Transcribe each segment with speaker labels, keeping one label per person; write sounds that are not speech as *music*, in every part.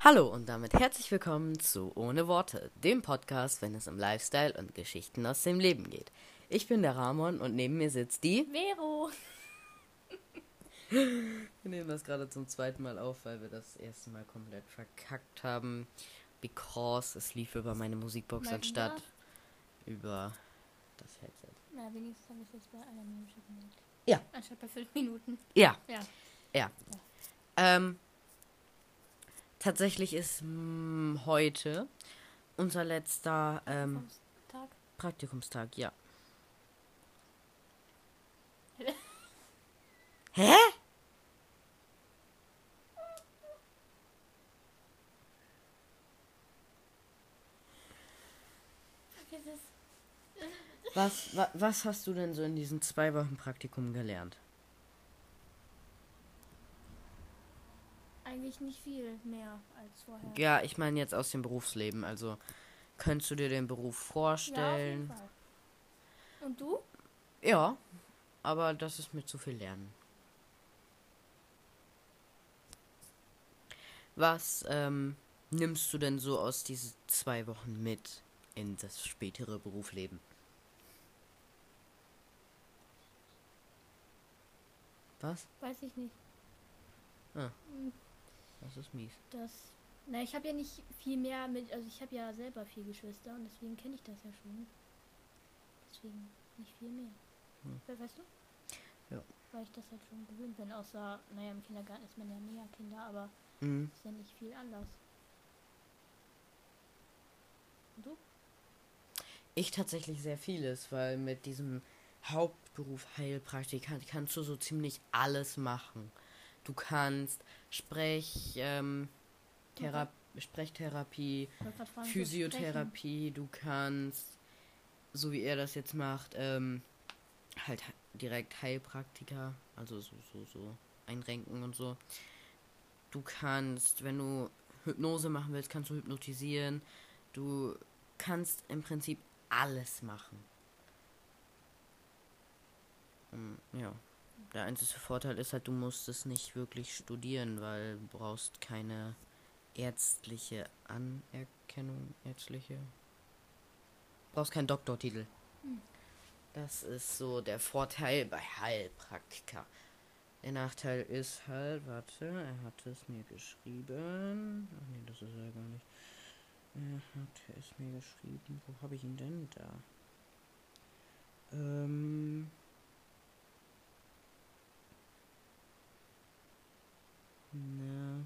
Speaker 1: Hallo und damit herzlich willkommen zu Ohne Worte, dem Podcast, wenn es um Lifestyle und Geschichten aus dem Leben geht. Ich bin der Ramon und neben mir sitzt die.
Speaker 2: Vero.
Speaker 1: Wir nehmen das gerade zum zweiten Mal auf, weil wir das erste Mal komplett verkackt haben. Because es lief über meine Musikbox
Speaker 2: Mal
Speaker 1: anstatt über das Headset.
Speaker 2: Na, wenigstens habe ich jetzt bei einer Minute gemeldet.
Speaker 1: Ja.
Speaker 2: Anstatt bei fünf Minuten.
Speaker 1: Ja,
Speaker 2: Ja.
Speaker 1: ja. Ähm, tatsächlich ist mm, heute unser letzter ähm,
Speaker 2: Vom Tag.
Speaker 1: Praktikumstag, ja. Hä?
Speaker 2: Vergiss es.
Speaker 1: Was, wa, was hast du denn so in diesen zwei Wochen Praktikum gelernt?
Speaker 2: Eigentlich nicht viel mehr als vorher.
Speaker 1: Ja, ich meine jetzt aus dem Berufsleben. Also, könntest du dir den Beruf vorstellen?
Speaker 2: Ja, auf jeden Fall. Und du?
Speaker 1: Ja, aber das ist mir zu viel Lernen. Was ähm, nimmst du denn so aus diesen zwei Wochen mit in das spätere Berufsleben? Was?
Speaker 2: Weiß ich nicht.
Speaker 1: Das ist mies.
Speaker 2: Das. Na, ich habe ja nicht viel mehr mit. Also, ich habe ja selber vier Geschwister und deswegen kenne ich das ja schon. Deswegen nicht viel mehr. We- Weißt du?
Speaker 1: Hm. Ja.
Speaker 2: Weil ich das halt schon gewöhnt bin. Außer, naja, im Kindergarten ist man ja mehr Kinder, aber
Speaker 1: Mhm.
Speaker 2: ist ja nicht viel anders. Und du?
Speaker 1: Ich tatsächlich sehr vieles, weil mit diesem Hauptberuf Heilpraktikant kannst du so ziemlich alles machen. Du kannst Sprech, ähm, Thera Sprechtherapie,
Speaker 2: Ich wollte gerade fragen, so
Speaker 1: Physiotherapie, du kannst, so wie er das jetzt macht, ähm, halt he- direkt Heilpraktiker, also so, so, so einrenken und so. Du kannst, wenn du Hypnose machen willst, kannst du hypnotisieren. Du kannst im Prinzip alles machen. Ähm, ja. Der einzige Vorteil ist halt, du musst es nicht wirklich studieren, weil du brauchst keine ärztliche Anerkennung, ärztliche. Du brauchst keinen Doktortitel. Das ist so der Vorteil bei Heilpraktiker. Der Nachteil ist halt, warte, er hat es mir geschrieben. Ach nee, das ist er gar nicht. Er hat es mir geschrieben. Wo habe ich ihn denn da? Ähm. Na.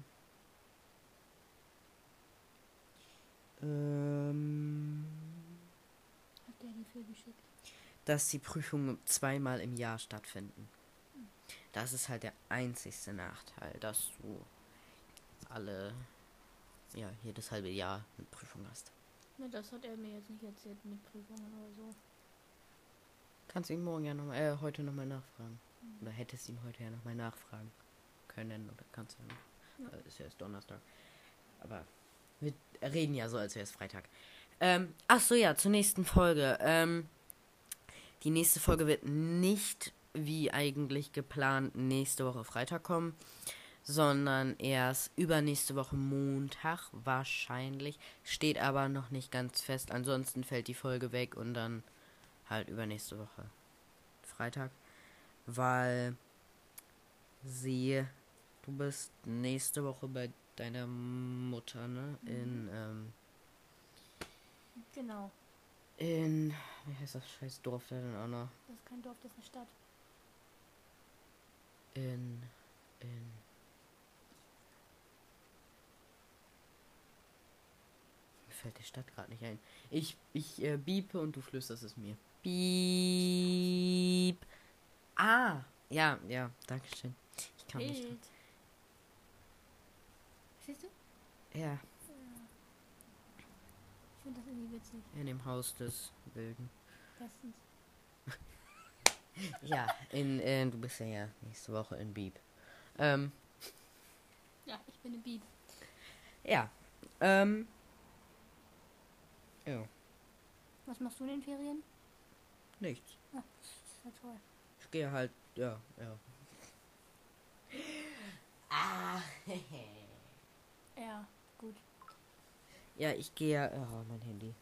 Speaker 1: Ähm
Speaker 2: Technik. Hat der die viel geschickt?
Speaker 1: dass die Prüfungen zweimal im Jahr stattfinden. Das ist halt der einzigste Nachteil, dass du alle, ja, jedes halbe Jahr eine Prüfung hast.
Speaker 2: Ne, das hat er mir jetzt nicht erzählt mit Prüfungen oder so.
Speaker 1: Kannst ihn morgen ja nochmal, äh, heute nochmal nachfragen. Oder hättest ihn heute ja nochmal nachfragen können oder kannst du ja noch. Äh, Ist ja erst Donnerstag. Aber wir reden ja so, als wäre es Freitag. Ähm, ach so, ja, zur nächsten Folge. Ähm, die nächste Folge wird nicht wie eigentlich geplant nächste Woche Freitag kommen, sondern erst übernächste Woche Montag wahrscheinlich. Steht aber noch nicht ganz fest. Ansonsten fällt die Folge weg und dann halt übernächste Woche Freitag, weil sie, du bist nächste Woche bei deiner Mutter, ne? In, ähm,
Speaker 2: Genau.
Speaker 1: in, wie heißt das scheiß Dorf da denn auch noch?
Speaker 2: Das ist kein Dorf, das ist eine Stadt.
Speaker 1: In, in, mir fällt die Stadt gerade nicht ein. Ich, ich äh, biepe und du flüsterst es mir. Biep. Ah, ja, ja, dankeschön. Ich kann nicht.
Speaker 2: Bild. Verstehst du?
Speaker 1: Ja,
Speaker 2: Ich finde das irgendwie witzig.
Speaker 1: in dem Haus des Wilden.
Speaker 2: Bestens.
Speaker 1: Ja, in, äh, du bist ja, ja nächste Woche in Bieb. Ähm,
Speaker 2: Ja, ich bin eine Bieb.
Speaker 1: ja. Ähm. Ja,
Speaker 2: Was machst du in den Ferien?
Speaker 1: nichts.
Speaker 2: Ah, das ist ja toll.
Speaker 1: Ich gehe halt, ja, ja. Ah, *laughs*
Speaker 2: Ja, gut.
Speaker 1: Ja, ich gehe ja. Oh, mein Handy.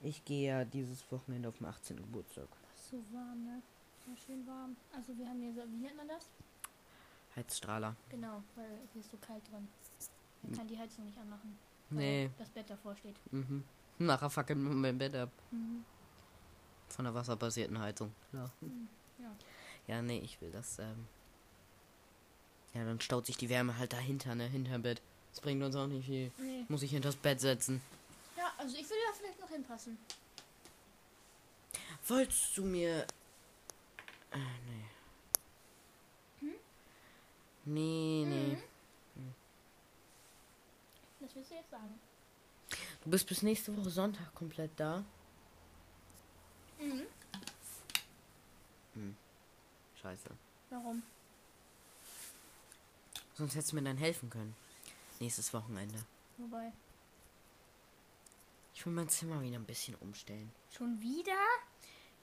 Speaker 1: Ich gehe ja dieses Wochenende auf den 18. Geburtstag.
Speaker 2: So warm, ne? Ja, schön warm. Also wir haben hier so, wie nennt man das?
Speaker 1: Heizstrahler.
Speaker 2: Genau, weil hier ist so kalt drin. Man kann die Heizung nicht anmachen. weil
Speaker 1: Nee.
Speaker 2: Das Bett davor steht.
Speaker 1: Mhm. Nachher fackelt mir mein Bett ab.
Speaker 2: Mhm.
Speaker 1: Von der wasserbasierten Heizung. Ja.
Speaker 2: Ja.
Speaker 1: Ja, nee, ich will das, ähm. Ja, dann staut sich die Wärme halt dahinter, ne? Hinterm Bett. Das bringt uns auch nicht viel.
Speaker 2: Nee.
Speaker 1: Muss ich hinters Bett setzen.
Speaker 2: Ja, also ich würde da vielleicht noch hinpassen.
Speaker 1: Wolltest du mir. Äh, nee.
Speaker 2: Hm?
Speaker 1: Nee, nee.
Speaker 2: Mhm. Das willst du jetzt sagen.
Speaker 1: Du bist bis nächste Woche Sonntag komplett da.
Speaker 2: Mhm.
Speaker 1: Hm. Scheiße.
Speaker 2: Warum?
Speaker 1: Sonst hättest du mir dann helfen können. Nächstes Wochenende.
Speaker 2: Wobei.
Speaker 1: Ich will mein Zimmer wieder ein bisschen umstellen.
Speaker 2: Schon wieder?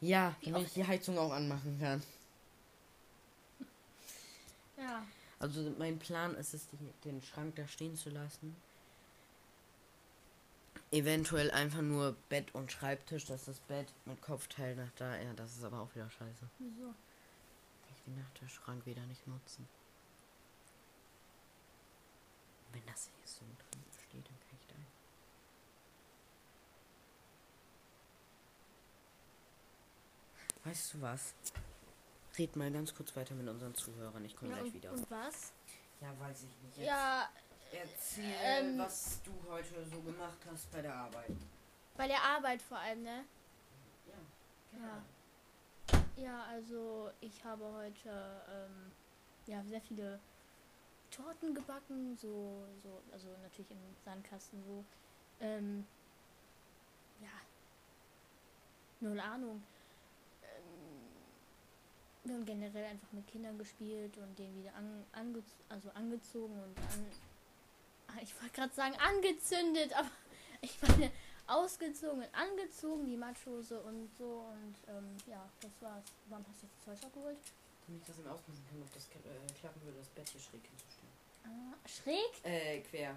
Speaker 1: Ja,
Speaker 2: Wie
Speaker 1: damit
Speaker 2: oft-
Speaker 1: ich die Heizung auch anmachen kann.
Speaker 2: Ja.
Speaker 1: Also mein Plan ist es, die, den Schrank da stehen zu lassen. Eventuell einfach nur Bett und Schreibtisch, dass das Bett mit Kopfteil nach da. Ja, das ist aber auch wieder scheiße.
Speaker 2: Wieso?
Speaker 1: Ich will nach der Schrank wieder nicht nutzen. Wenn das hier so drin steht, dann kann ich da. Weißt du was? Red mal ganz kurz weiter mit unseren Zuhörern. Ich komme
Speaker 2: Ja,
Speaker 1: gleich
Speaker 2: und,
Speaker 1: wieder.
Speaker 2: und was?
Speaker 1: Ja, weiß ich nicht. Jetzt
Speaker 2: Ja,
Speaker 1: Erzähl,
Speaker 2: Ähm.
Speaker 1: was du heute so gemacht hast bei der Arbeit.
Speaker 2: bei der Arbeit vor allem, ne?
Speaker 1: Ja. genau.
Speaker 2: Ja. Ja, also ich habe heute ähm, ja, sehr viele Torten gebacken, so, so, also natürlich im Sandkasten so. Ähm, ja, null Ahnung. Ähm, wir haben generell einfach mit Kindern gespielt und denen wieder an, ange, also angezogen und an, ah, ich wollte gerade sagen angezündet, aber *laughs* ich meine ausgezogen und angezogen, die Matschhose und so und ähm, ja, das war's. Wann hast du das Zeug abgeholt?
Speaker 1: Damit ich das dann ausmachen kann, ob das kla- äh, klappen würde, das Bett hier schräg hinzustellen.
Speaker 2: Ah, schräg?
Speaker 1: Äh, quer.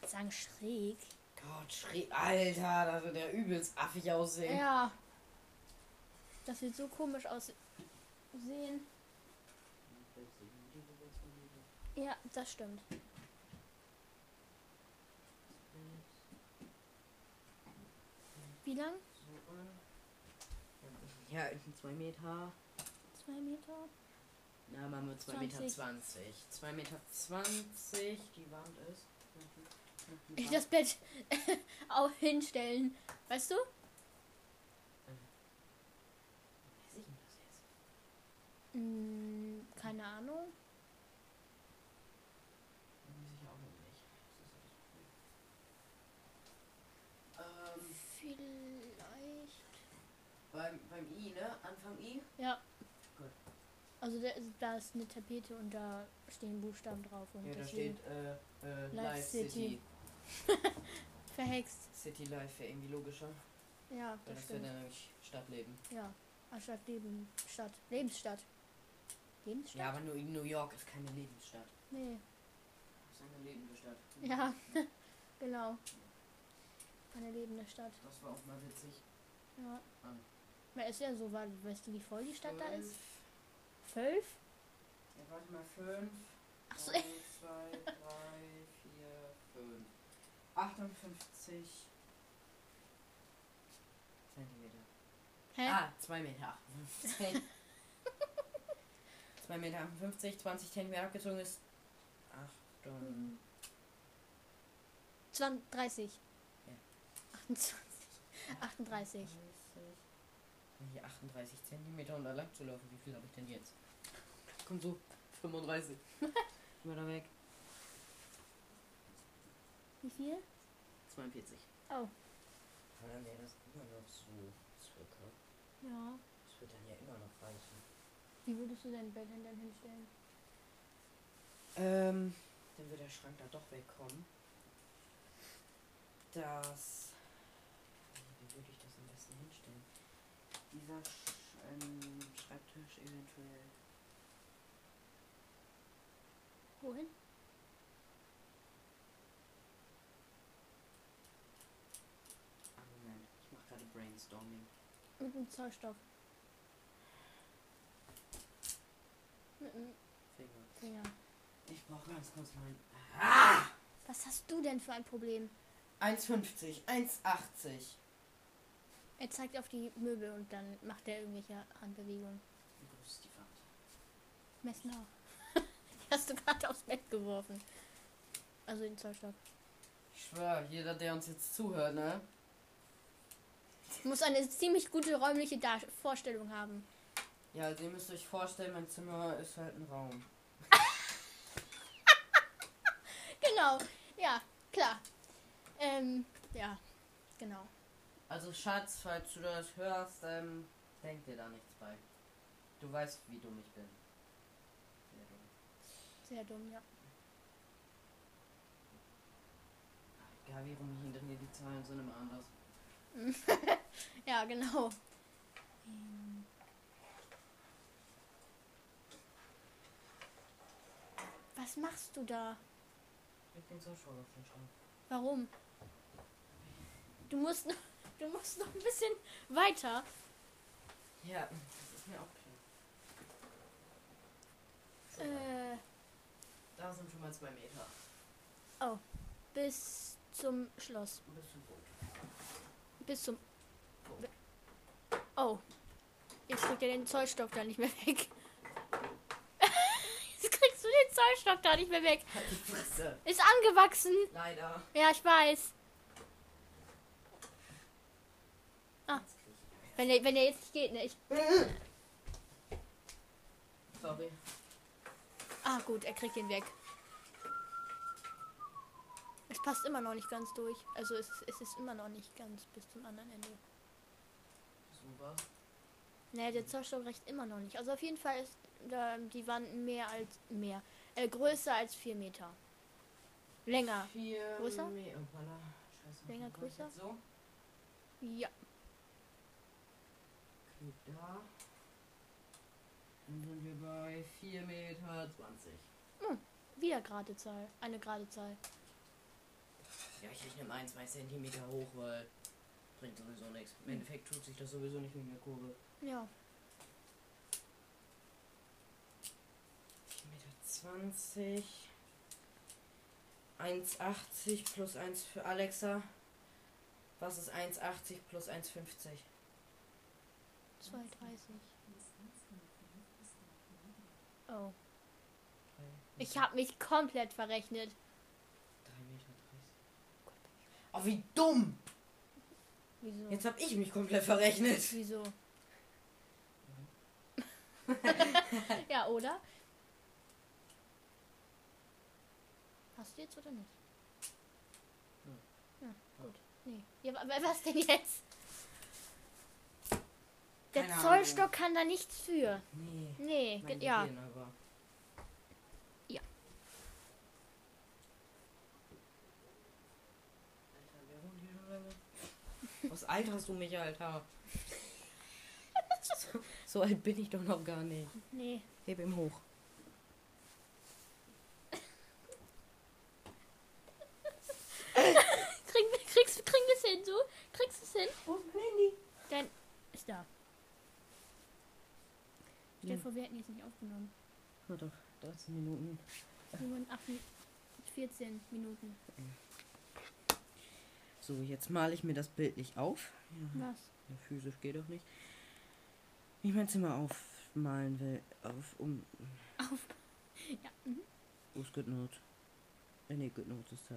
Speaker 2: Gott sagen schräg.
Speaker 1: Gott, schräg. Alter, da wird der übelst affig aussehen.
Speaker 2: Ja. Das wird so komisch aussehen. Ja, das stimmt. Wie lang?
Speaker 1: Ja, in zwei Meter.
Speaker 2: Zwei Meter?
Speaker 1: Na, machen wir 2,20 Meter. 20. 2,20 Meter die Wand ist.
Speaker 2: Ich das Bett *laughs* auch hinstellen. Weißt du?
Speaker 1: Weiß ich das jetzt?
Speaker 2: Hm, keine Ahnung.
Speaker 1: Weiß ich auch noch nicht. Das ist alles cool. Ähm,
Speaker 2: Vielleicht.
Speaker 1: beim, beim I, ne? Anfang I?
Speaker 2: Ja.
Speaker 1: Gut.
Speaker 2: Also da, da ist eine Tapete und da stehen Buchstaben drauf. Und
Speaker 1: Ja, da
Speaker 2: deswegen
Speaker 1: steht äh, äh,
Speaker 2: Live
Speaker 1: Live City. City.
Speaker 2: City. Verhext.
Speaker 1: Live wäre irgendwie logischer.
Speaker 2: Ja,
Speaker 1: Weil das wäre
Speaker 2: das, stimmt.
Speaker 1: dann nämlich Stadtleben.
Speaker 2: Ja. Anstatt Leben, Stadt. Lebensstadt. Lebensstadt?
Speaker 1: Ja, aber nur in New York ist keine Lebensstadt.
Speaker 2: Nee.
Speaker 1: Das ist eine lebende Stadt.
Speaker 2: Ja, genau. Eine lebende Stadt.
Speaker 1: Das war auch mal witzig.
Speaker 2: Ja.
Speaker 1: Ah.
Speaker 2: Weil es ja so war, weißt du, wie voll die Stadt da ist?
Speaker 1: Fünf.
Speaker 2: Zwölf?
Speaker 1: Ja, warte mal, fünf.
Speaker 2: Ach so.
Speaker 1: Eins, zwei, drei, vier, fünf. 58 Zentimeter.
Speaker 2: Hä?
Speaker 1: Ah, 2 Meter 58. 2 Meter 58, 20 Zentimeter abgezogen ist. Achtung.
Speaker 2: Mhm. 20, 30.
Speaker 1: Ja.
Speaker 2: 28. 38.
Speaker 1: 30. Wenn ich 38 Zentimeter und da lang zu laufen, wie viel habe ich denn jetzt? Komm so, 35. *laughs* Immer da weg.
Speaker 2: Wie viel?
Speaker 1: 42.
Speaker 2: Oh.
Speaker 1: Aber dann wäre Ah, das immer noch so circa.
Speaker 2: Ja.
Speaker 1: Das wird dann ja immer noch reichen.
Speaker 2: Wie würdest du dein Bett denn dann hinstellen?
Speaker 1: Ähm, dann wird der Schrank da doch wegkommen. Das. Wie würde ich das am besten hinstellen? Dieser Sch ähm, Schreibtisch eventuell.
Speaker 2: Wohin?
Speaker 1: Brainstorming.
Speaker 2: Mit einem Zollstock. Mit einem
Speaker 1: Finger.
Speaker 2: Finger.
Speaker 1: Ich brauche ganz kurz mein. ah!
Speaker 2: Was hast du denn für ein Problem?
Speaker 1: 1,50, 1,80.
Speaker 2: Er zeigt auf die Möbel und dann macht er irgendwelche Handbewegungen.
Speaker 1: Wie groß ist die Wand?
Speaker 2: Messen auch. *laughs* die hast du gerade aufs Bett geworfen. Also den Zollstock.
Speaker 1: Ich schwör, jeder, der uns jetzt zuhört, ne?
Speaker 2: Muss eine ziemlich gute räumliche Dar Vorstellung haben.
Speaker 1: Ja, also ihr müsst euch vorstellen, mein Zimmer ist halt ein Raum.
Speaker 2: Genau. Ja, klar. Ähm, ja. Genau.
Speaker 1: Also Schatz, falls du das hörst, ähm, denk dir da nichts bei. Du weißt, wie dumm ich bin. Sehr dumm.
Speaker 2: Sehr dumm, ja. *laughs*
Speaker 1: Egal wie rum ich hinter mir die Zahlen sind immer anders.
Speaker 2: Ja, genau. Ähm. Was machst du da?
Speaker 1: Ich bin so schon auf den Schrank.
Speaker 2: Warum? Du musst, noch- *laughs* du musst noch ein bisschen weiter.
Speaker 1: Ja, *laughs* das ist mir auch klar. So,
Speaker 2: Äh,
Speaker 1: da sind schon mal zwei Meter.
Speaker 2: bis zum Schloss.
Speaker 1: Ein bisschen gut. *laughs*
Speaker 2: Bis zum. Oh. Jetzt kriegt er den Zollstock da nicht mehr weg. *laughs* Jetzt kriegst du den Zollstock da nicht mehr weg.
Speaker 1: Halt die Fresse.
Speaker 2: Ist angewachsen.
Speaker 1: Leider.
Speaker 2: Ja, ich weiß. Ah.
Speaker 1: Jetzt krieg ich-
Speaker 2: Wenn der, wenn der jetzt nicht geht, ne? Ich,
Speaker 1: Sorry.
Speaker 2: ah, gut, er kriegt ihn weg. Es passt immer noch nicht ganz durch. Also es, es ist immer noch nicht ganz bis zum anderen Ende.
Speaker 1: Super.
Speaker 2: Naja, der Zollstock reicht immer noch nicht. Also auf jeden Fall ist ähm, die Wand mehr als mehr. Äh, größer als 4 Meter. Länger.
Speaker 1: Vier
Speaker 2: Größer?
Speaker 1: Me- oh, voilà. Scheiße.
Speaker 2: Länger,
Speaker 1: Mach ich
Speaker 2: größer?
Speaker 1: jetzt So.
Speaker 2: Ja.
Speaker 1: Okay, da. Dann sind wir bei 4,20 Meter.
Speaker 2: Wieder gerade Zahl. Eine gerade Zahl.
Speaker 1: Ja, ich rechne mal ein, zwei Zentimeter hoch, weil bringt sowieso nichts. Im Endeffekt tut sich das sowieso nicht mit der Kurve.
Speaker 2: Ja.
Speaker 1: 4,20 Meter. 20. 1,80 plus 1 für Alexa. Was ist 1,80 plus 1,50?
Speaker 2: 2,30. Oh. Ich habe mich komplett
Speaker 1: 3,30
Speaker 2: verrechnet.
Speaker 1: Meter. Oh, wie dumm!
Speaker 2: Wieso?
Speaker 1: Jetzt hab ich mich komplett verrechnet. *laughs*
Speaker 2: Wieso? ja, oder? Hast du jetzt oder nicht?
Speaker 1: Hm.
Speaker 2: Ja, gut. Nee. Ja, aber was denn jetzt? Der
Speaker 1: Keine Ahnung.
Speaker 2: Zollstock kann da nichts für.
Speaker 1: Nee.
Speaker 2: Nee,
Speaker 1: Mein
Speaker 2: ge- ja.
Speaker 1: Gehirn aber.
Speaker 2: Ja.
Speaker 1: Alter, wer wohnt hier so lange? Was alt hast du mich,
Speaker 2: *laughs*
Speaker 1: Alter? So, so alt bin ich doch noch gar nicht.
Speaker 2: Nee.
Speaker 1: Heb ihm hoch.
Speaker 2: Krieg, kriegst krieg es hin, du? Kriegst es hin?
Speaker 1: Wo ist mein Handy?
Speaker 2: Dein. Ist da. Stell
Speaker 1: Ja.
Speaker 2: dir vor, wir hätten jetzt nicht aufgenommen.
Speaker 1: Na doch, 13 Minuten.
Speaker 2: 7, 14 Minuten.
Speaker 1: So, jetzt male ich mir das Bild nicht auf. Ja,
Speaker 2: Was?
Speaker 1: ja, physisch geht doch nicht. Wie ich mein Zimmer aufmalen will. Auf, um.
Speaker 2: Auf. Ja. Mhm.
Speaker 1: Wo ist Good Note? Äh, nee, Good Note ist da.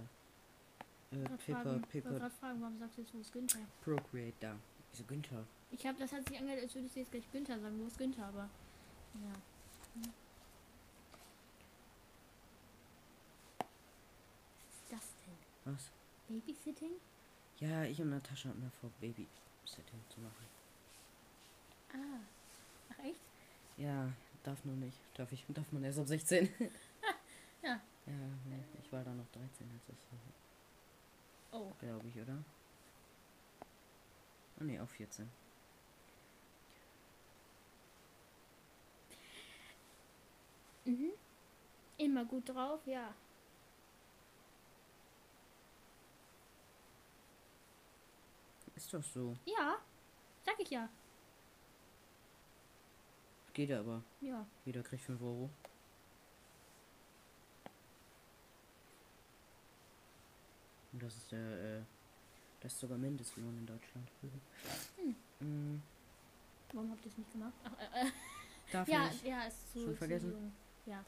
Speaker 1: Äh,
Speaker 2: Grad
Speaker 1: Paper,
Speaker 2: fragen, wollte
Speaker 1: Paper,
Speaker 2: grad fragen, warum sagst du jetzt, wo ist Günther?
Speaker 1: Procreate da. Wieso Günther?
Speaker 2: Ich habe das hat sich angehört, als würdest du jetzt gleich Günther sagen, wo ist Günther, aber. Ja. Hm. Was ist das denn?
Speaker 1: Was?
Speaker 2: Babysitting?
Speaker 1: Ja, ich und Natascha hatten davor, Babysitting zu machen.
Speaker 2: Ah. Ach echt?
Speaker 1: Ja, darf nur nicht. Darf ich? Darf man erst ab *laughs* 16?
Speaker 2: *laughs* Ja.
Speaker 1: Ja, nee, ich war da noch 13, als das war,
Speaker 2: Oh.
Speaker 1: glaube ich, oder? Ah, nee, auch 14.
Speaker 2: Mhm. Immer gut drauf, ja.
Speaker 1: Ist doch so.
Speaker 2: Ja. Sag ich ja.
Speaker 1: Geht ja aber.
Speaker 2: Ja.
Speaker 1: Jeder kriegt 5 Euro. Und das ist der, äh, das ist sogar Mindestlohn in Deutschland.
Speaker 2: Hm.
Speaker 1: Mhm.
Speaker 2: Warum habt ihr es nicht gemacht? Ach, äh, äh,
Speaker 1: Darf
Speaker 2: ja,
Speaker 1: nicht.
Speaker 2: ja, ist zu,
Speaker 1: Schon
Speaker 2: zu
Speaker 1: vergessen?
Speaker 2: jung.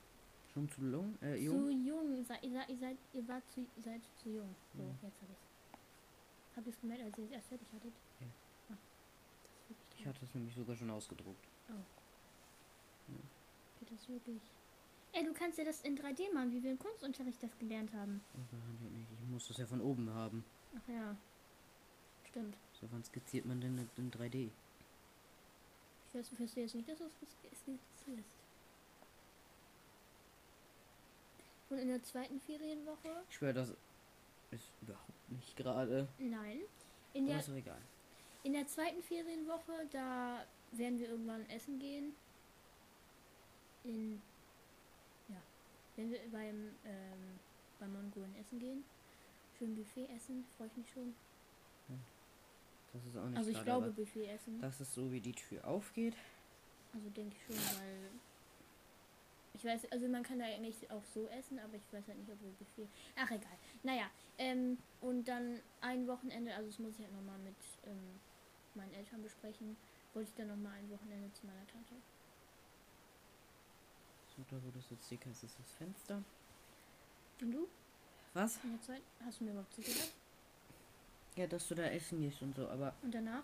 Speaker 1: Schon zu long, äh,
Speaker 2: Zu
Speaker 1: jung.
Speaker 2: jung. Sei, ihr, seid, ihr, seid, ihr wart zu, ihr seid zu jung. So,
Speaker 1: Mhm.
Speaker 2: jetzt hab ich's. Habt ihr es gemeldet, als ihr es erst fertig hattet?
Speaker 1: Ja.
Speaker 2: Ah, das ist wirklich
Speaker 1: Ich hatte es nämlich sogar schon ausgedruckt.
Speaker 2: Geht das wirklich? Ey, du kannst ja das in 3D machen, wie wir im Kunstunterricht das gelernt haben.
Speaker 1: Aber halt nicht. Ich muss das ja von oben haben.
Speaker 2: Ach ja. Stimmt.
Speaker 1: So, wann skizziert man denn das in 3D?
Speaker 2: Ich weiß, verstehe jetzt nicht, dass du es skiz- skizzierst. Und in der zweiten Ferienwoche?
Speaker 1: Ich schwöre, das ist überhaupt nicht gerade.
Speaker 2: Nein. In
Speaker 1: Aber
Speaker 2: der,
Speaker 1: ist doch egal.
Speaker 2: in der zweiten Ferienwoche, da werden wir irgendwann essen gehen. In. Ja. Wenn wir beim, ähm, beim Mongolen essen gehen. Schön Buffet essen, freue ich mich schon.
Speaker 1: Das ist auch nicht
Speaker 2: Also ich
Speaker 1: gerade,
Speaker 2: glaube
Speaker 1: aber
Speaker 2: Buffet essen.
Speaker 1: Das ist so, wie die Tür aufgeht.
Speaker 2: Also denke ich schon, weil ich weiß, also man kann da eigentlich auch so essen, aber ich weiß halt nicht, ob wir Buffet. Ach egal. Naja, ähm, und dann ein Wochenende, also das muss ich halt nochmal mit ähm, meinen Eltern besprechen, wollte ich dann nochmal ein Wochenende zu meiner Tante.
Speaker 1: So, da wo du sitzt, dicker ist das Fenster.
Speaker 2: Und du?
Speaker 1: Was?
Speaker 2: In der zweiten? Hast du mir überhaupt zugehört?
Speaker 1: Ja, dass du da essen gehst und so, aber
Speaker 2: Und danach?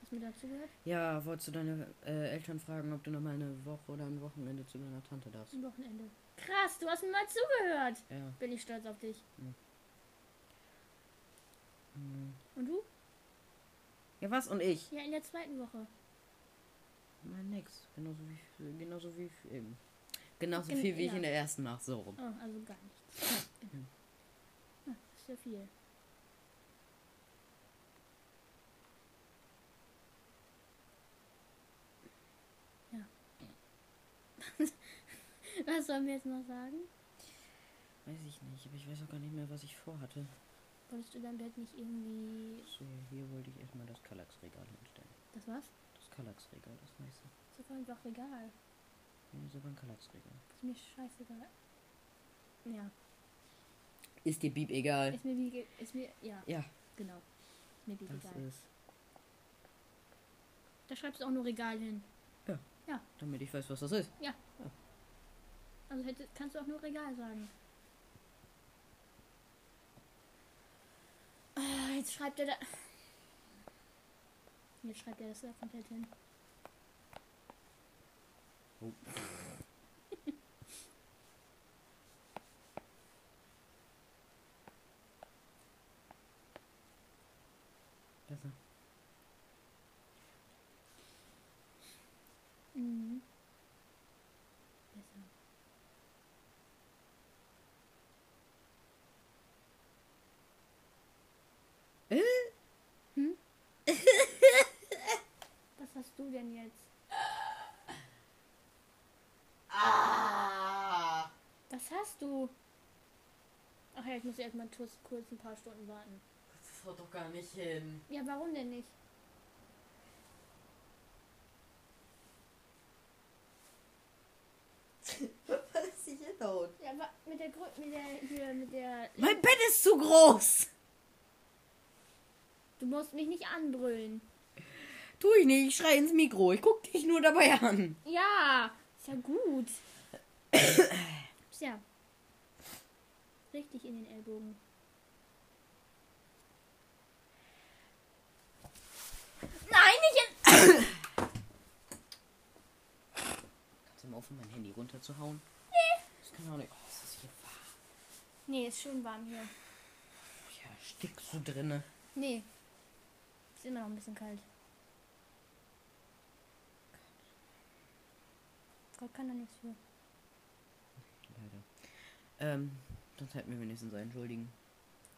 Speaker 2: Hast du mir dazu gehört?
Speaker 1: Ja, wolltest du deine äh, Eltern fragen, ob du noch mal eine Woche oder ein Wochenende zu deiner Tante darfst?
Speaker 2: Ein Wochenende. Krass, du hast mir mal zugehört.
Speaker 1: Ja.
Speaker 2: Bin ich stolz auf dich.
Speaker 1: Mhm.
Speaker 2: Und du?
Speaker 1: Ja, was? Und ich?
Speaker 2: Ja, in der zweiten Woche.
Speaker 1: Nein, nix. Genauso wie, genauso wie ähm, eben. Genauso
Speaker 2: Gen-
Speaker 1: viel wie ich
Speaker 2: ja.
Speaker 1: in der ersten Nacht so rum.
Speaker 2: Oh, also gar nichts. Ah, ist ja viel. Ja. *laughs* Was sollen wir jetzt noch sagen?
Speaker 1: Weiß ich nicht, aber ich weiß auch gar nicht mehr, was ich vorhatte.
Speaker 2: Wolltest du dein Bett nicht irgendwie.
Speaker 1: So, hier wollte ich erstmal das Kallax-Regal hinstellen.
Speaker 2: Das war's?
Speaker 1: Das Kallax-Regal, das weiße.
Speaker 2: Das war doch egal.
Speaker 1: Ja, sogar ein Kallax-Regal.
Speaker 2: Ist mir scheißegal. Ja.
Speaker 1: Ist dir Bieb egal?
Speaker 2: Ist mir wie. ge- Ist mir. Ja,
Speaker 1: Ja,
Speaker 2: genau. Ist mir wie
Speaker 1: das
Speaker 2: egal.
Speaker 1: ist.
Speaker 2: Da schreibst du auch nur Regal hin.
Speaker 1: Damit ich weiß, was das ist.
Speaker 2: Also hätte, kannst du auch nur Regal sagen. Ah, jetzt schreibt er da. Jetzt schreibt er das da komplett hin.
Speaker 1: Oh. Besser.
Speaker 2: Mhm. Besser. Hm? Was hast du denn jetzt?
Speaker 1: Ah,
Speaker 2: Was hast du? Ach ja, ich muss erstmal kurz ein paar Stunden warten.
Speaker 1: Das haut doch gar nicht hin.
Speaker 2: Ja, warum denn nicht?
Speaker 1: Was ist die hier laut?
Speaker 2: Ja, wa- mit der Grö mit der hier, mit der.
Speaker 1: Mein Bett ist zu groß.
Speaker 2: Du musst mich nicht anbrüllen.
Speaker 1: Tu ich nicht, ich schrei ins Mikro. Ich guck dich nur dabei an.
Speaker 2: Ja, ist ja gut. Tja. Richtig in den Ellbogen. Nein, nicht in.
Speaker 1: Kannst du mal aufhören, mein Handy runterzuhauen? Nee. Das kann auch nicht. Oh, es ist hier warm.
Speaker 2: Nee, ist schön warm hier.
Speaker 1: Ja, stickst du drinne.
Speaker 2: Nee. Ist immer noch ein bisschen kalt. Gott kann da nichts für.
Speaker 1: Leider. Ähm, dann sollten wir wenigstens einen entschuldigen.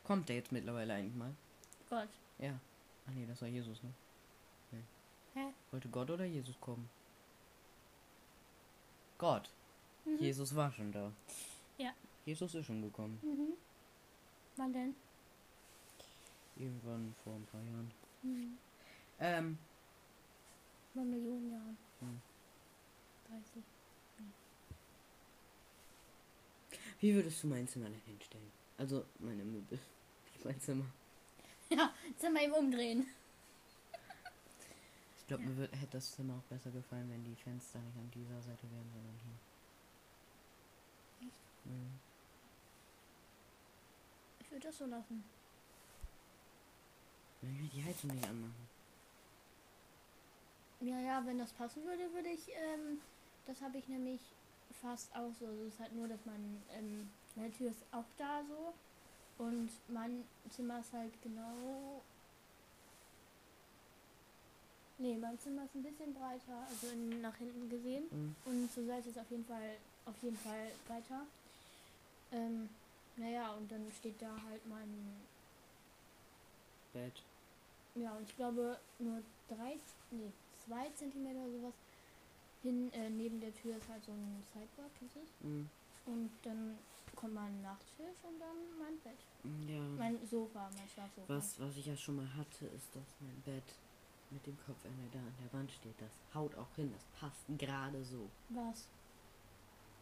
Speaker 1: Kommt der jetzt mittlerweile eigentlich mal?
Speaker 2: Gott.
Speaker 1: Ja. Ach nee, das war Jesus, ne? Nee.
Speaker 2: Hä?
Speaker 1: Wollte Gott oder Jesus kommen? Gott.
Speaker 2: Mhm.
Speaker 1: Jesus war schon da.
Speaker 2: Ja.
Speaker 1: Jesus ist schon gekommen.
Speaker 2: Mhm. Wann denn?
Speaker 1: Irgendwann vor ein paar Jahren. Ähm,
Speaker 2: Mal Mhm. Millionen Jahren.
Speaker 1: Hm.
Speaker 2: 30.
Speaker 1: wie würdest du mein Zimmer denn hinstellen? Also, meine Möbel. Nicht mein Zimmer.
Speaker 2: Ja, jetzt haben wir eben umdrehen.
Speaker 1: Ich glaube, mir wird, hätte das Zimmer auch besser gefallen, wenn die Fenster nicht an dieser Seite wären, sondern hier.
Speaker 2: Echt?
Speaker 1: Mhm.
Speaker 2: Ich würde das so lassen.
Speaker 1: Wenn wir die Heizung nicht anmachen.
Speaker 2: Ja, ja, wenn das passen würde, würde ich, ähm, das habe ich nämlich fast auch so. Also es ist halt nur, dass man, ähm, meine Tür ist auch da so. Und mein Zimmer ist halt genau. Nee, mein Zimmer ist ein bisschen breiter, also in, nach hinten gesehen.
Speaker 1: Mhm.
Speaker 2: Und zur Seite ist auf jeden Fall, auf jeden Fall breiter. Ähm, naja, und dann steht da halt mein
Speaker 1: Bett.
Speaker 2: Ja, und ich glaube nur drei, nee, zwei Zentimeter oder sowas hin äh, neben der Tür ist halt so ein Sideboard, kennst du das?
Speaker 1: Mhm.
Speaker 2: Und dann kommt mein Nachttisch und dann mein Bett.
Speaker 1: Mhm, Ja.
Speaker 2: Mein Sofa, mein Schlafsofa.
Speaker 1: Hm. Was, was ich ja schon mal hatte, ist, dass mein Bett mit dem Kopfende da an der Wand steht. Das haut auch hin, das passt gerade so.
Speaker 2: Was?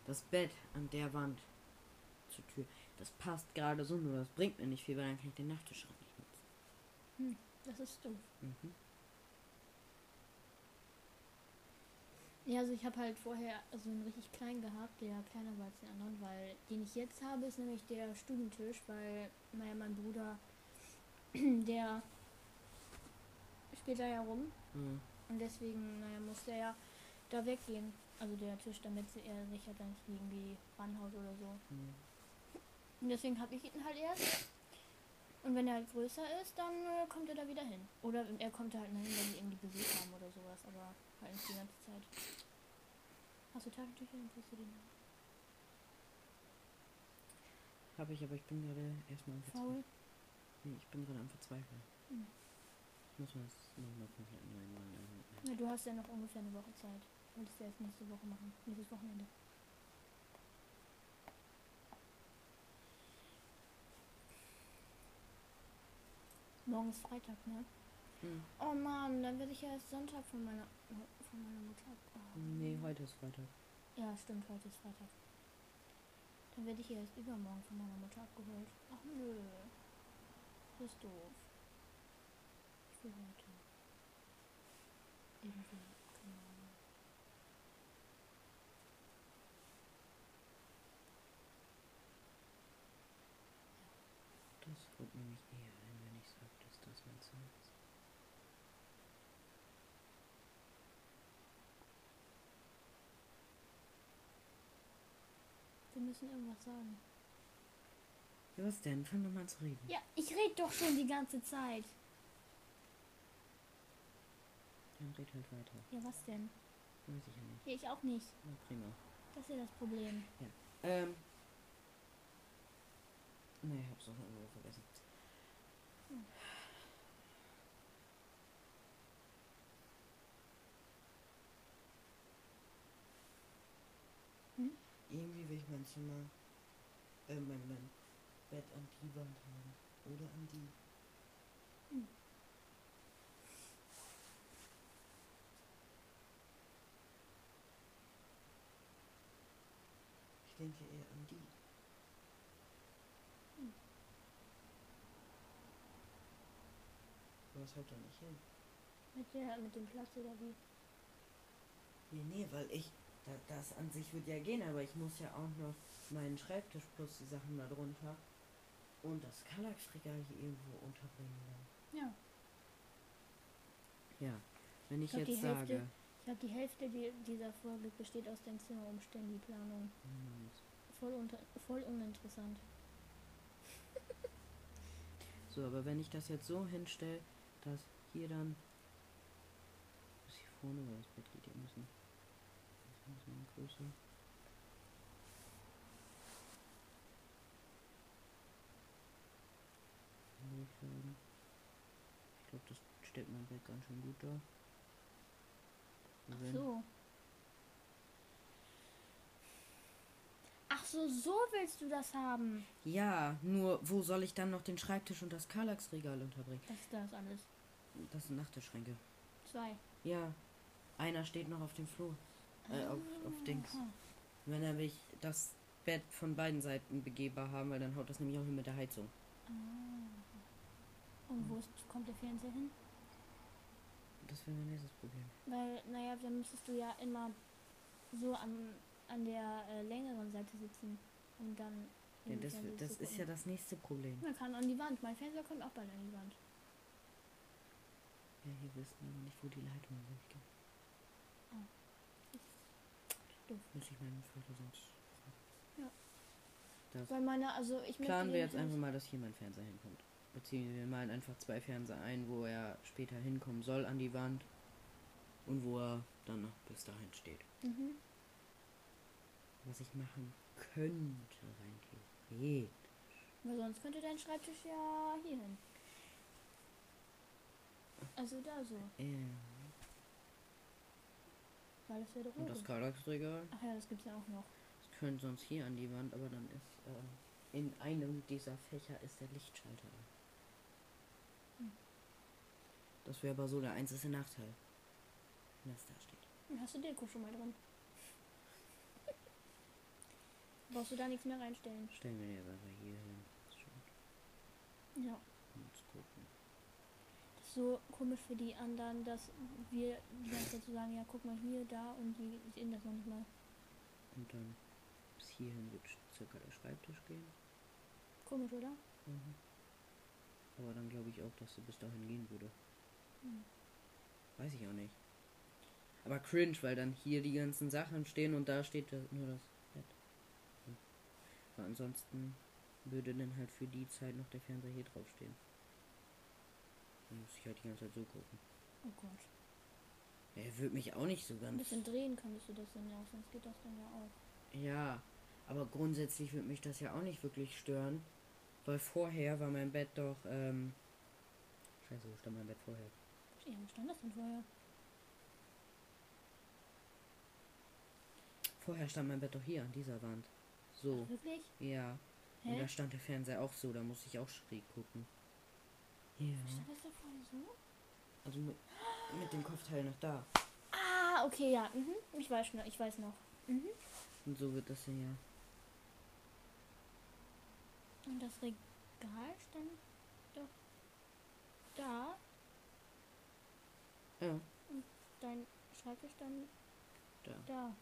Speaker 1: Das Bett an der Wand zur Tür, das passt gerade so, nur das bringt mir nicht viel, weil dann kann ich den Nachttisch auch nicht nutzen.
Speaker 2: Das ist doof.
Speaker 1: Mhm.
Speaker 2: Ja, also ich habe halt vorher so einen richtig kleinen gehabt, der kleiner war als den anderen, weil den ich jetzt habe, ist nämlich der Stubentisch, weil, naja, mein Bruder, *clears throat* der spielt da ja rum
Speaker 1: Mhm.
Speaker 2: Und deswegen, naja, muss der ja da weggehen. Also der Tisch, damit sie- er sich halt dann nicht gegen die ranhaut oder so.
Speaker 1: Mhm.
Speaker 2: Und deswegen habe ich ihn halt erst. Und wenn er halt größer ist, dann äh, kommt er da wieder hin. Oder er kommt da halt hin, wenn die irgendwie Besuch haben oder sowas. Aber halt nicht die ganze Zeit. Hast du Taschentücher? Dann kriegst du die noch.
Speaker 1: Hab ich, aber ich bin gerade erstmal am Verzweifeln.
Speaker 2: Faul.
Speaker 1: Nee, ich bin gerade am Verzweifeln.
Speaker 2: Mhm.
Speaker 1: Ich muss mir das nochmal komplett neu machen. also,
Speaker 2: Ja, du hast ja noch ungefähr eine Woche Zeit. Wolltest du erst nächste Woche machen. Nächstes Wochenende. Morgen ist Freitag, ne?
Speaker 1: äh, mhm.
Speaker 2: Oh Mann, dann werde ich ja erst Sonntag von meiner, von meiner Mutter abgehauen.
Speaker 1: Nee, heute ist Freitag.
Speaker 2: Ja, stimmt, heute ist Freitag. Dann werde ich ja erst übermorgen von meiner Mutter abgeholt. Ach nö. Das ist doof. Ich will heute. Irgendwie, keine Ahnung.
Speaker 1: Das wird nämlich eher ein, wenn ich sage, dass das mein Zimmer ist.
Speaker 2: Wir müssen irgendwas sagen.
Speaker 1: Ja, was denn? Fang doch mal an zu reden.
Speaker 2: Ja, ich rede doch schon die ganze Zeit.
Speaker 1: Dann red halt weiter.
Speaker 2: Ja, was denn?
Speaker 1: Weiß ich ja nicht.
Speaker 2: Ja, ich auch nicht.
Speaker 1: Na prima.
Speaker 2: Das ist ja das Problem.
Speaker 1: Ähm. Ne, ich hab's auch irgendwo vergessen.
Speaker 2: Hm?
Speaker 1: Irgendwie will ich mein Zimmer, äh, mein, mein Bett an die Wand haben. Oder an die. Ich denke eher an die. Aber es haut doch nicht hin.
Speaker 2: Mit, der, mit dem Platz oder wie?
Speaker 1: Nee, nee, weil ich. Da, das an sich wird ja gehen, aber ich muss ja auch noch meinen Schreibtisch plus die Sachen da drunter und das Kallaxregal hier irgendwo unterbringen.
Speaker 2: Ja.
Speaker 1: Ja, wenn ich
Speaker 2: glaub, die
Speaker 1: jetzt
Speaker 2: Hälfte-
Speaker 1: sage.
Speaker 2: Ich glaube, die Hälfte die, dieser Folge besteht aus den Zimmerumständen, die Planung.
Speaker 1: Moment.
Speaker 2: Voll, unter, voll uninteressant.
Speaker 1: So, aber wenn ich das jetzt so hinstelle, dass hier dann. Muss hier vorne, weil das Bett geht ja ein bisschen. Ein bisschen größer. Nö, Ich glaube, ich glaub, das stellt mein Bett ganz schön gut dar. Und
Speaker 2: Ach
Speaker 1: wenn-
Speaker 2: so. Ach so, so willst du das haben.
Speaker 1: Ja, nur wo soll ich dann noch den Schreibtisch und das Kallaxregal unterbringen?
Speaker 2: Das ist das alles.
Speaker 1: Das sind Nachttischschränke.
Speaker 2: Zwei.
Speaker 1: Ja. Einer steht noch auf dem Flur. Äh, auf, auf Dings. Wenn er ich das Bett von beiden Seiten begehbar haben, weil dann haut das nämlich auch hin mit der Heizung.
Speaker 2: Ah. Und wo ist, kommt der Fernseher hin?
Speaker 1: Das wäre mein nächstes Problem.
Speaker 2: Weil, naja, dann müsstest du ja immer so an, an der äh, längeren Seite sitzen und dann.
Speaker 1: Ja,
Speaker 2: in die
Speaker 1: das
Speaker 2: Fernseh
Speaker 1: das
Speaker 2: zu
Speaker 1: ist ja
Speaker 2: gucken.
Speaker 1: das nächste Problem.
Speaker 2: Man kann an die Wand. Mein Fernseher kommt auch bald an die Wand.
Speaker 1: Ja, hier wissen wir noch nicht, wo die Leitungen sind.
Speaker 2: Doof.
Speaker 1: Muss ich meinem Vater sonst.
Speaker 2: Ja.
Speaker 1: Das
Speaker 2: Weil meine, also ich möchte
Speaker 1: planen wir
Speaker 2: den
Speaker 1: jetzt
Speaker 2: halt-
Speaker 1: einfach mal, dass hier mein Fernseher hinkommt. Beziehen wir malen einfach zwei Fernseher ein, wo er später hinkommen soll an die Wand und wo er dann noch bis dahin steht.
Speaker 2: Mhm.
Speaker 1: Was ich machen könnte, rein theoretisch.
Speaker 2: Weil sonst könnte dein Schreibtisch ja hier hin. Also da so.
Speaker 1: Ja.
Speaker 2: Weil das wäre doch
Speaker 1: Und das
Speaker 2: logisch.
Speaker 1: Kallaxregal.
Speaker 2: Ach ja, das gibt's ja auch noch.
Speaker 1: Das können sonst hier an die Wand, aber dann ist äh, in einem dieser Fächer ist der Lichtschalter. an.
Speaker 2: Hm.
Speaker 1: Das wäre aber so der einzige Nachteil, wenn das da steht.
Speaker 2: Dann Hm, hast du Deko schon mal drin. Brauchst du da nichts mehr reinstellen.
Speaker 1: Stellen wir den jetzt einfach hier hin. Ist schon.
Speaker 2: Ja.
Speaker 1: Muss gucken.
Speaker 2: Das ist so komisch für die anderen, dass wir die ganze Zeit so sagen, ja guck mal hier, da und die sehen das manchmal.
Speaker 1: Und dann bis hierhin wird sch- circa der Schreibtisch gehen.
Speaker 2: Komisch, oder?
Speaker 1: Mhm. Aber dann glaube ich auch, dass sie bis dahin gehen würde.
Speaker 2: Hm.
Speaker 1: Weiß ich auch nicht. Aber cringe, weil dann hier die ganzen Sachen stehen und da steht das- nur das Bett. Hm. Aber ansonsten würde dann halt für die Zeit noch der Fernseher hier drauf stehen. Dann muss ich halt die ganze Zeit so gucken.
Speaker 2: Oh Gott.
Speaker 1: Er würde mich auch nicht so
Speaker 2: Ein
Speaker 1: ganz.
Speaker 2: bisschen drehen könntest du das dann ja auch, sonst geht das dann ja auch.
Speaker 1: Ja, aber grundsätzlich würde mich das ja auch nicht wirklich stören. Weil vorher war mein Bett doch, ähm. Scheiße, wo stand mein Bett vorher?
Speaker 2: Ja, wo stand das denn vorher?
Speaker 1: Vorher stand mein Bett doch hier an dieser Wand. So,
Speaker 2: Ach, wirklich?
Speaker 1: ja. Und
Speaker 2: Hä?
Speaker 1: da stand der Fernseher auch so, da musste ich auch schräg gucken. Ja.
Speaker 2: Stand das da vorher so?
Speaker 1: Also mit, mit dem Kopfteil nach da.
Speaker 2: Ah, okay, ja. Mhm. Ich weiß schon, ich weiß noch. Mhm.
Speaker 1: Und so wird das dann ja.
Speaker 2: Und das Regal stand doch da.
Speaker 1: Ja.
Speaker 2: Dein Schreibtisch stand
Speaker 1: Da.
Speaker 2: da.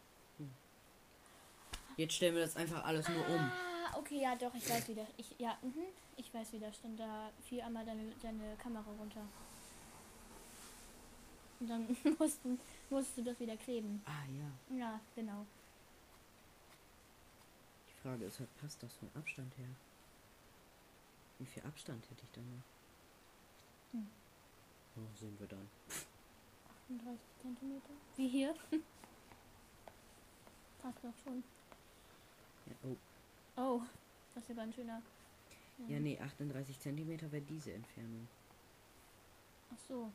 Speaker 1: Jetzt stellen wir das einfach alles nur um.
Speaker 2: Ah, okay, ja, doch, ich weiß wieder. Ich, ja, mhm, ich weiß wieder. Stand da fiel einmal deine, deine Kamera runter. Und dann *laughs* mussten, musst du das wieder kleben.
Speaker 1: Ah ja.
Speaker 2: Ja, genau.
Speaker 1: Die Frage ist halt, passt das vom Abstand her? Wie viel Abstand hätte ich dann noch?
Speaker 2: Hm.
Speaker 1: Oh, sehen wir dann.
Speaker 2: 38 Zentimeter. Wie hier. *laughs* Passt doch schon.
Speaker 1: Ja, oh.
Speaker 2: Oh, das ist ja ganz schöner. Hm.
Speaker 1: ja nee, 38 Zentimeter wäre diese Entfernung.
Speaker 2: Ach so,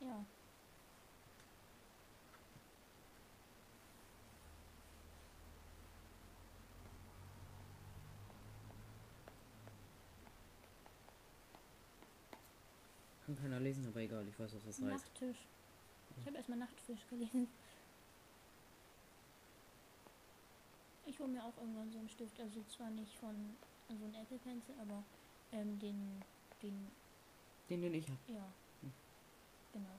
Speaker 2: ja.
Speaker 1: Kann keiner lesen, aber egal, ich weiß, was das heißt.
Speaker 2: Nachttisch. Ich habe erstmal Nachtfisch gelesen. Ich hole mir auch irgendwann so einen Stift, also zwar nicht von so einen Apple Pencil, aber ähm, den, den,
Speaker 1: Den, den ich habe.
Speaker 2: ja.
Speaker 1: Hm.
Speaker 2: Genau.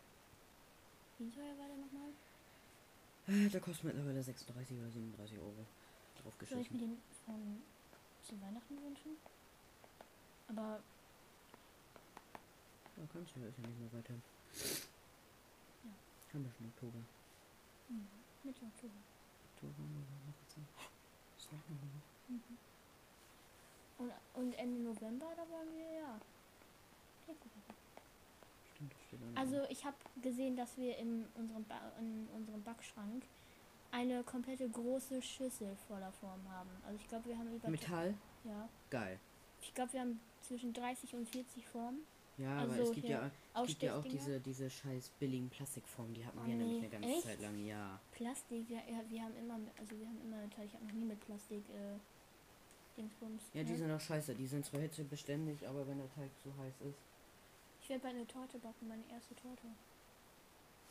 Speaker 2: Wie teuer war der nochmal?
Speaker 1: Äh, Der kostet mittlerweile 36 oder 37 Euro.
Speaker 2: Soll ich mir
Speaker 1: Draufgeschissen.
Speaker 2: den von zu Weihnachten wünschen? Aber,
Speaker 1: Ja, kannst du, ist ja nicht mehr weiter.
Speaker 2: Ja.
Speaker 1: Haben wir schon Oktober.
Speaker 2: hm, Mitte Oktober.
Speaker 1: Oktober, November, Dezember. Ist noch November.
Speaker 2: Mhm. Und, und Ende November, da wollen wir ja. Lebkuchen.
Speaker 1: Stimmt, das steht auch noch.
Speaker 2: Also ich habe gesehen, dass wir in unserem, ba in unserem Backschrank eine komplette große Schüssel voller Form haben. Also ich glaube, wir haben über
Speaker 1: Metall?
Speaker 2: ja,
Speaker 1: Geil.
Speaker 2: ich glaube, wir haben zwischen 30 und 40 Formen.
Speaker 1: Ja, aber
Speaker 2: Also
Speaker 1: es gibt
Speaker 2: hier
Speaker 1: ja, es gibt ja auch
Speaker 2: Ausstechdinger.
Speaker 1: diese, diese scheiß billigen Plastikformen, die hatten
Speaker 2: Oh
Speaker 1: wir nämlich
Speaker 2: nee,
Speaker 1: eine ganze
Speaker 2: echt?
Speaker 1: Zeit lang, ja.
Speaker 2: Plastik, ja, ja, wir haben immer, mit- also wir haben immer Metall. Ich habe noch nie mit Plastik äh, Dingsbums.
Speaker 1: Ja,
Speaker 2: ne?
Speaker 1: die sind auch scheiße, die sind zwar hitzebeständig, aber wenn der Teig zu heiß ist.
Speaker 2: ich werde bald eine Torte backen, meine erste Torte.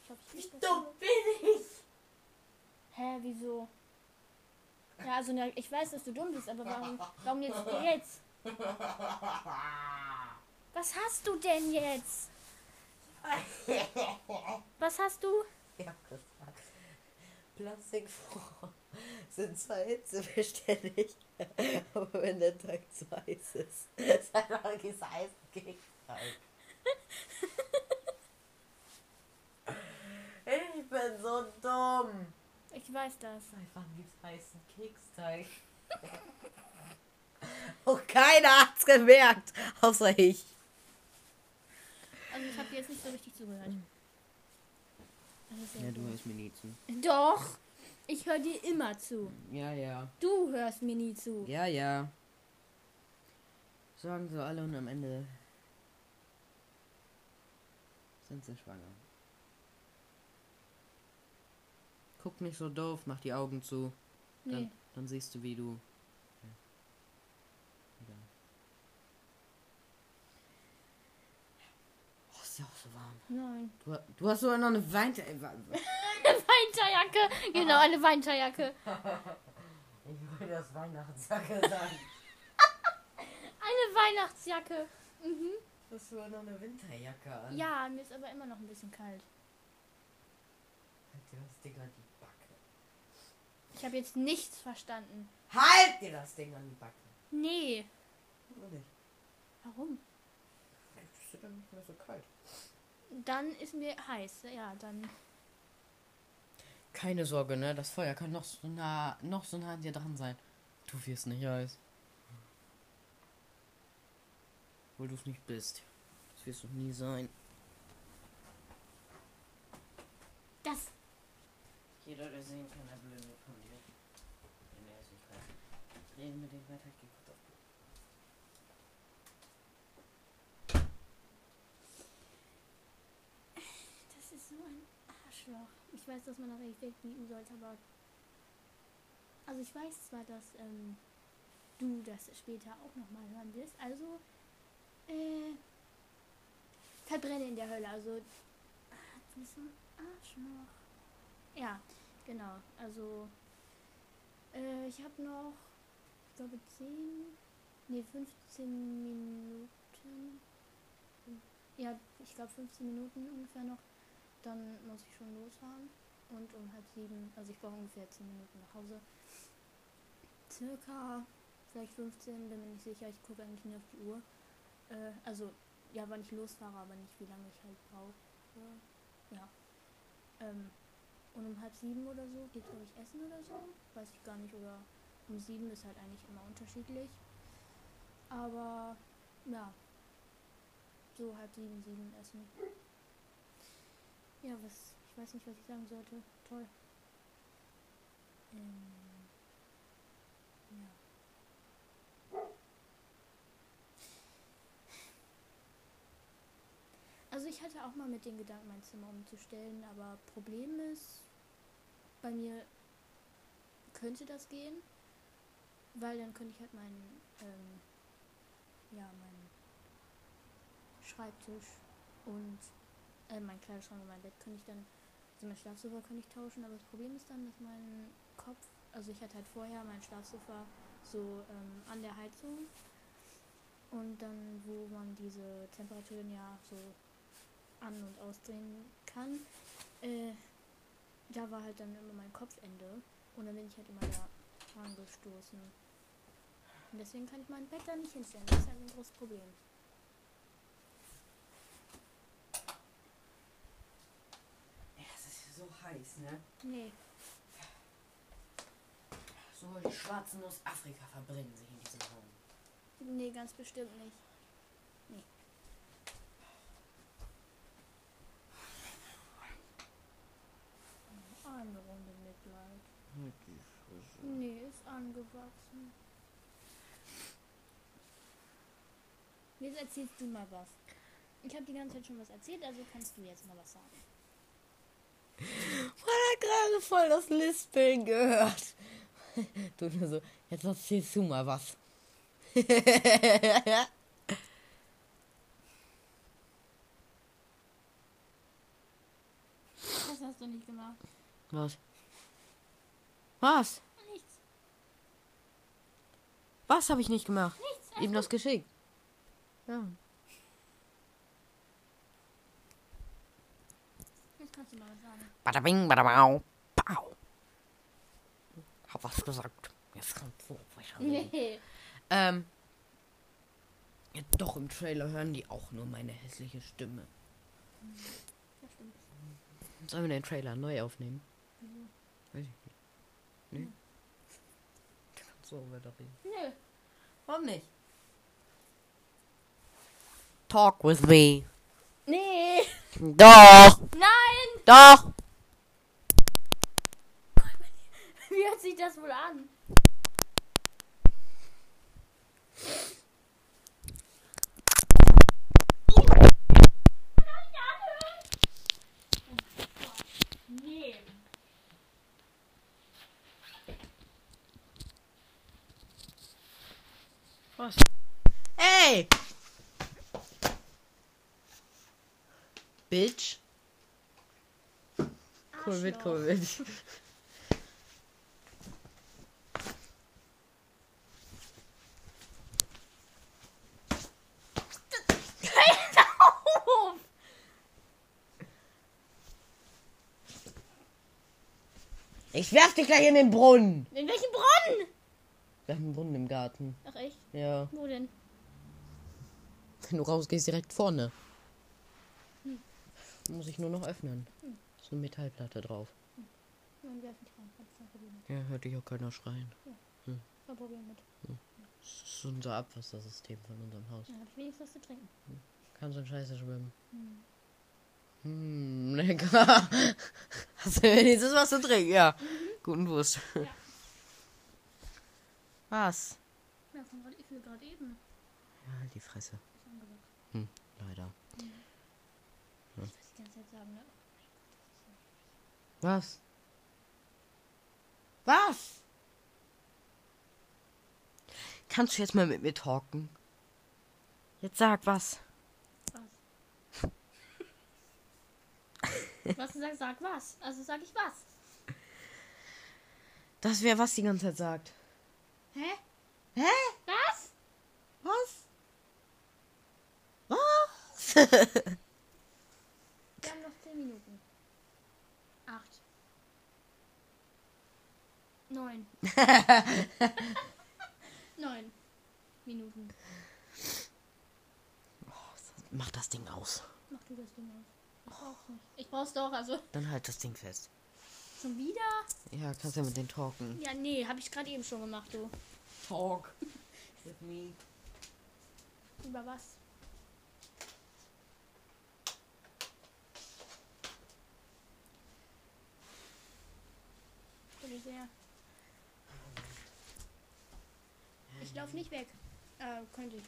Speaker 2: Ich glaube, ich
Speaker 3: Wie
Speaker 2: esse das
Speaker 3: dumm
Speaker 2: schon.
Speaker 3: bin ich?
Speaker 2: Hä, wieso? Ja, also na, ich weiß, dass du dumm bist,
Speaker 3: *laughs*
Speaker 2: aber warum, warum jetzt jetzt? Was hast du
Speaker 3: *laughs*
Speaker 2: denn jetzt? Was hast du?
Speaker 3: Ich hab gesagt, Plastikfrohren *laughs* sind zwar hitzebeständig, *laughs* aber wenn der Tag zu heiß ist, ist einfach dieser heiße Gegend. halt. *laughs* Ich bin so dumm.
Speaker 2: Ich weiß das.
Speaker 3: Einfach gibt's heißen Keksteig. Oh, keiner hat's gemerkt, außer ich.
Speaker 2: Also ich habe dir jetzt nicht so richtig zugehört. Das ist ja
Speaker 1: Ja, du
Speaker 2: gut.
Speaker 1: hörst mir nie zu.
Speaker 2: Doch, ich höre dir immer zu.
Speaker 1: Ja, ja.
Speaker 2: Du hörst mir nie zu.
Speaker 1: Ja, ja. Sagen sie alle und am Ende sind sie schwanger. Guck nicht so doof, mach die Augen zu. Dann,
Speaker 2: Nee.
Speaker 1: dann siehst du, wie du. Ja. Egal. Oh, ist ja auch so warm.
Speaker 2: Nein.
Speaker 1: Du, du hast sogar noch eine Weinte. Ey, wa- wa-
Speaker 2: *laughs* Eine Winterjacke. Genau, eine Winterjacke.
Speaker 3: Ich will das Weihnachtsjacke sagen.
Speaker 2: Eine Weihnachtsjacke. Mhm.
Speaker 3: Du *laughs* hast sogar noch eine Winterjacke an.
Speaker 2: Ja, mir ist aber immer noch ein bisschen kalt.
Speaker 3: Halt dir das Ding an die Backe.
Speaker 2: Ich habe jetzt nichts verstanden.
Speaker 3: Halt dir das Ding an die Backe.
Speaker 2: Nee.
Speaker 3: Nur nicht.
Speaker 2: Warum?
Speaker 3: Das ist ja nicht mehr so kalt.
Speaker 2: Dann ist mir heiß. Ja, dann.
Speaker 1: Keine Sorge, ne? Das Feuer kann noch so nah, noch so nah an dir dran sein. Du wirst nicht heiß. Obwohl du es nicht bist. Das wirst du nie sein.
Speaker 2: Das.
Speaker 1: Jeder, der sehen kann, der blöde von dir. Wenn er es nicht weiß. Reden mit dem weiter, geh kurz auf Klo.
Speaker 2: Das ist so ein Arschloch. Ich weiß, dass man das eigentlich wegbieten sollte, aber. Also, ich weiß zwar, dass ähm, du das später auch nochmal hören wirst. Also. Äh. Verbrenne in der Hölle. Also. ah, Du bist so ein Arschloch. Ja, genau. Also. Äh, ich habe noch. Ich glaube, 10. Nee, 15 Minuten. Ja, ich glaube 15 Minuten ungefähr noch. Dann muss ich schon losfahren. Und um halb sieben, also ich brauche ungefähr 10 Minuten nach Hause. Circa, vielleicht 15, bin mir nicht sicher. Ich gucke eigentlich nie auf die Uhr. Äh, also, ja, wann ich losfahre, aber nicht wie lange ich halt brauche. Ja. Ähm, und um halb sieben oder so geht, glaube ich, Essen oder so. Weiß ich gar nicht. Oder um sieben ist halt eigentlich immer unterschiedlich. Aber, ja. So halb sieben, sieben essen. Ja, was. Ich weiß nicht, was ich sagen sollte. Toll. Ähm, ja. Also ich hatte auch mal mit den Gedanken, mein Zimmer umzustellen, aber Problem ist, bei mir könnte das gehen, weil dann könnte ich halt meinen, ähm, ja, meinen Schreibtisch und äh, mein Kleiderschrank und mein Bett könnte ich dann, also mein Schlafsofa könnte ich tauschen, aber das Problem ist dann, dass mein Kopf, also ich hatte halt vorher mein Schlafsofa so ähm, an der Heizung und dann, wo man diese Temperaturen ja so an- und ausdrehen kann, äh, da war halt dann immer mein Kopfende und dann bin ich halt immer da angestoßen. Und deswegen kann ich mein Bett da nicht hinstellen, das ist halt ein großes Problem.
Speaker 3: Ja, es ist so heiß, ne?
Speaker 2: Nee.
Speaker 3: Sowohl die Schwarzen aus Afrika verbrennen sich in diesem Raum.
Speaker 2: Nee, ganz bestimmt nicht. Nee. Eine Runde Mitleid.
Speaker 1: Halt die Fresse.
Speaker 2: Nee, ist angewachsen. Jetzt erzählst du mal was. Ich habe die ganze Zeit schon was erzählt, also kannst du jetzt mal was sagen.
Speaker 1: Man hat gerade voll das Lispeln gehört. *laughs* Du nur so, jetzt erzählst du mal was. *laughs*
Speaker 2: hast du nicht gemacht.
Speaker 1: Was? Was?
Speaker 2: Nichts.
Speaker 1: Was habe ich nicht gemacht?
Speaker 2: Nichts.
Speaker 1: Ihm das geschickt. Ja.
Speaker 2: Jetzt kannst du mal was sagen.
Speaker 1: Bada bing, bada bau. Pow. Hab was gesagt. Jetzt kommt so weiter.
Speaker 2: Nee.
Speaker 1: Ähm. Ja, doch, im Trailer hören die auch nur meine hässliche Stimme.
Speaker 2: Das stimmt.
Speaker 1: Sollen wir den Trailer neu aufnehmen?
Speaker 2: Wieso?
Speaker 1: Weiß ich nicht. Nee. So, wir doch reden.
Speaker 2: *laughs* Nö.
Speaker 1: Warum nicht? Talk with me.
Speaker 2: Nee.
Speaker 1: Doch,
Speaker 2: Nein.
Speaker 1: doch.
Speaker 2: Wie hört sich das wohl an? Nee.
Speaker 1: Was? Ey! Bitch. Covid,
Speaker 2: Arschloch.
Speaker 1: Covid.
Speaker 2: Oh.
Speaker 1: Ich werf dich gleich in den Brunnen.
Speaker 2: In welchem Brunnen?
Speaker 1: Wir haben einen Brunnen im Garten.
Speaker 2: Ach echt?
Speaker 1: Ja.
Speaker 2: Wo denn?
Speaker 1: Wenn du rausgehst, direkt vorne.
Speaker 2: Hm.
Speaker 1: Muss ich nur noch öffnen. Ist eine Metallplatte drauf.
Speaker 2: Nein, Hm. werf nicht rein. Kannst du mal probieren.
Speaker 1: Ja, hört dich auch keiner schreien.
Speaker 2: Mal probieren mit.
Speaker 1: Das ist unser Abwassersystem von unserem Haus.
Speaker 2: Dann hab ich wenigstens was zu trinken.
Speaker 1: Kannst du in Scheiße schwimmen. Hm, lecker. *laughs* Hast du wenigstens was zu trinken? Ja.
Speaker 2: Mhm.
Speaker 1: Guten Wurst. Was?
Speaker 2: Ja, von gerade ich will gerade eben.
Speaker 1: Ja, halt die Fresse.
Speaker 2: Ist angesagt.
Speaker 1: Hm, leider.
Speaker 2: Ich weiß die ganze Zeit sagen, ne?
Speaker 1: Was? Was? Kannst du jetzt mal mit mir talken? Jetzt sag was.
Speaker 2: Was? was du sagst, sag was. Also sag ich was.
Speaker 1: Dass wer was die ganze Zeit sagt.
Speaker 2: Hä?
Speaker 1: Hä?
Speaker 2: Was?
Speaker 1: Was? Was?
Speaker 2: Wir haben noch 10 Minuten. 8. 9. 9 Minuten.
Speaker 1: *laughs* Mach das Ding aus.
Speaker 2: Mach du das Ding aus. Ich brauch's nicht. Ich brauch's doch, also
Speaker 1: Dann halt das Ding fest.
Speaker 2: schon wieder?
Speaker 1: Ja, kannst ja mit den talken.
Speaker 2: Ja, nee, hab ich gerade eben schon gemacht, du.
Speaker 1: Talk. With me.
Speaker 2: Über was? Bitte sehr. Ich laufe nicht weg. Äh, könnte ich.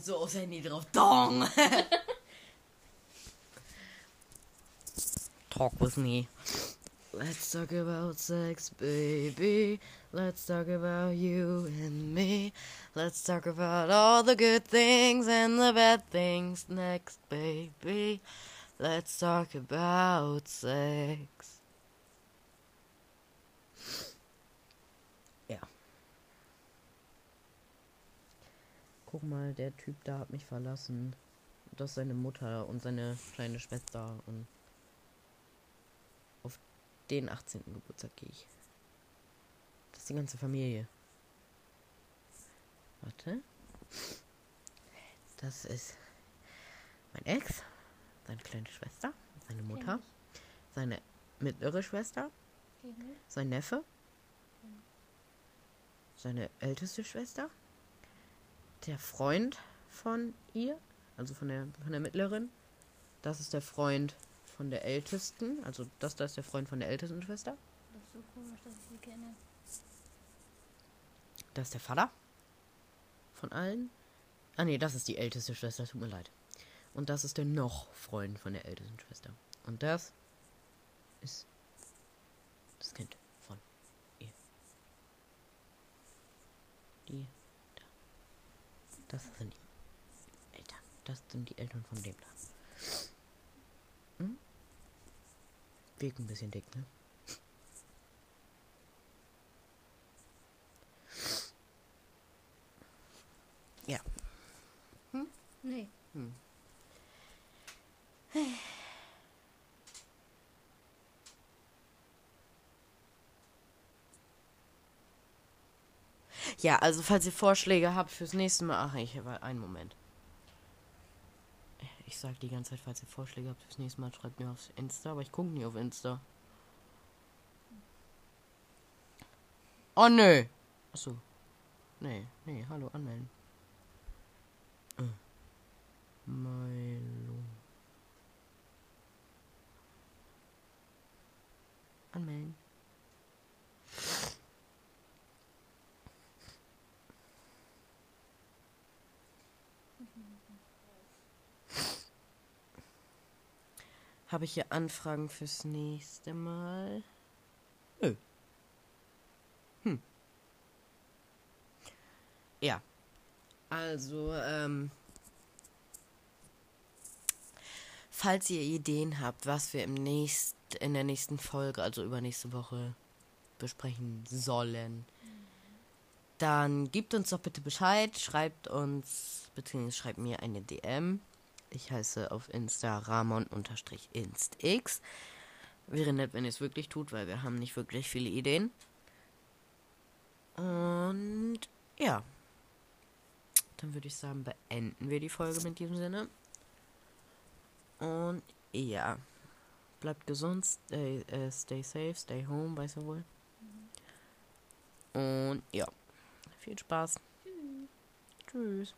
Speaker 1: So aufs Handy drauf. er Dong. *laughs* Talk with me. Let's talk about sex, baby. Let's talk about you and me. Let's talk about all the good things and the bad things next, baby. Let's talk about sex. Ja. Guck mal, der Typ da hat mich verlassen. Das ist seine Mutter und seine kleine Schwester und auf den 18. Geburtstag gehe ich. Das ist die ganze Familie. Warte. Das ist mein Ex, seine kleine Schwester, seine Mutter, seine mittlere Schwester,
Speaker 2: Mhm.
Speaker 1: sein Neffe, seine älteste Schwester, der Freund von ihr, also von der, von der mittleren. Das ist der Freund von der ältesten, also das da ist der Freund von der ältesten Schwester.
Speaker 2: Das ist so komisch, dass ich sie kenne.
Speaker 1: Das ist der Vater von allen. Ah nee, das ist die älteste Schwester, tut mir leid. Und das ist der noch Freund von der ältesten Schwester. Und das ist das Kind von ihr. die. Das sind die Eltern. Das sind die Eltern von dem da. Hm? Wirkt ein bisschen dick, ne?
Speaker 2: Nee.
Speaker 1: Hm. Ja, also falls ihr Vorschläge habt fürs nächste Mal, ach, ich habe einen Moment. Ich sag die ganze Zeit, falls ihr Vorschläge habt fürs nächste Mal, schreibt mir auf Insta, aber ich gucke nie auf Insta. Oh nö. Achso. Nee, nee, hallo, anmelden. Äh. Milo. Anmelden. Habe ich hier Anfragen fürs nächste Mal? Nö. Hm. Ja. Also, ähm. Falls ihr Ideen habt, was wir im nächst, in der nächsten Folge, also übernächste Woche, besprechen sollen, dann gebt uns doch bitte Bescheid, schreibt uns, beziehungsweise schreibt mir eine DM. Ich heiße auf Insta Ramon-instx. Wäre nett, wenn ihr es wirklich tut, weil wir haben nicht wirklich viele Ideen. Und ja. Dann würde ich sagen, beenden wir die Folge mit diesem Sinne. Und ja. Bleibt gesund, stay, äh, stay safe, stay home, weißt du wohl. Und ja. Viel Spaß. Tschüss.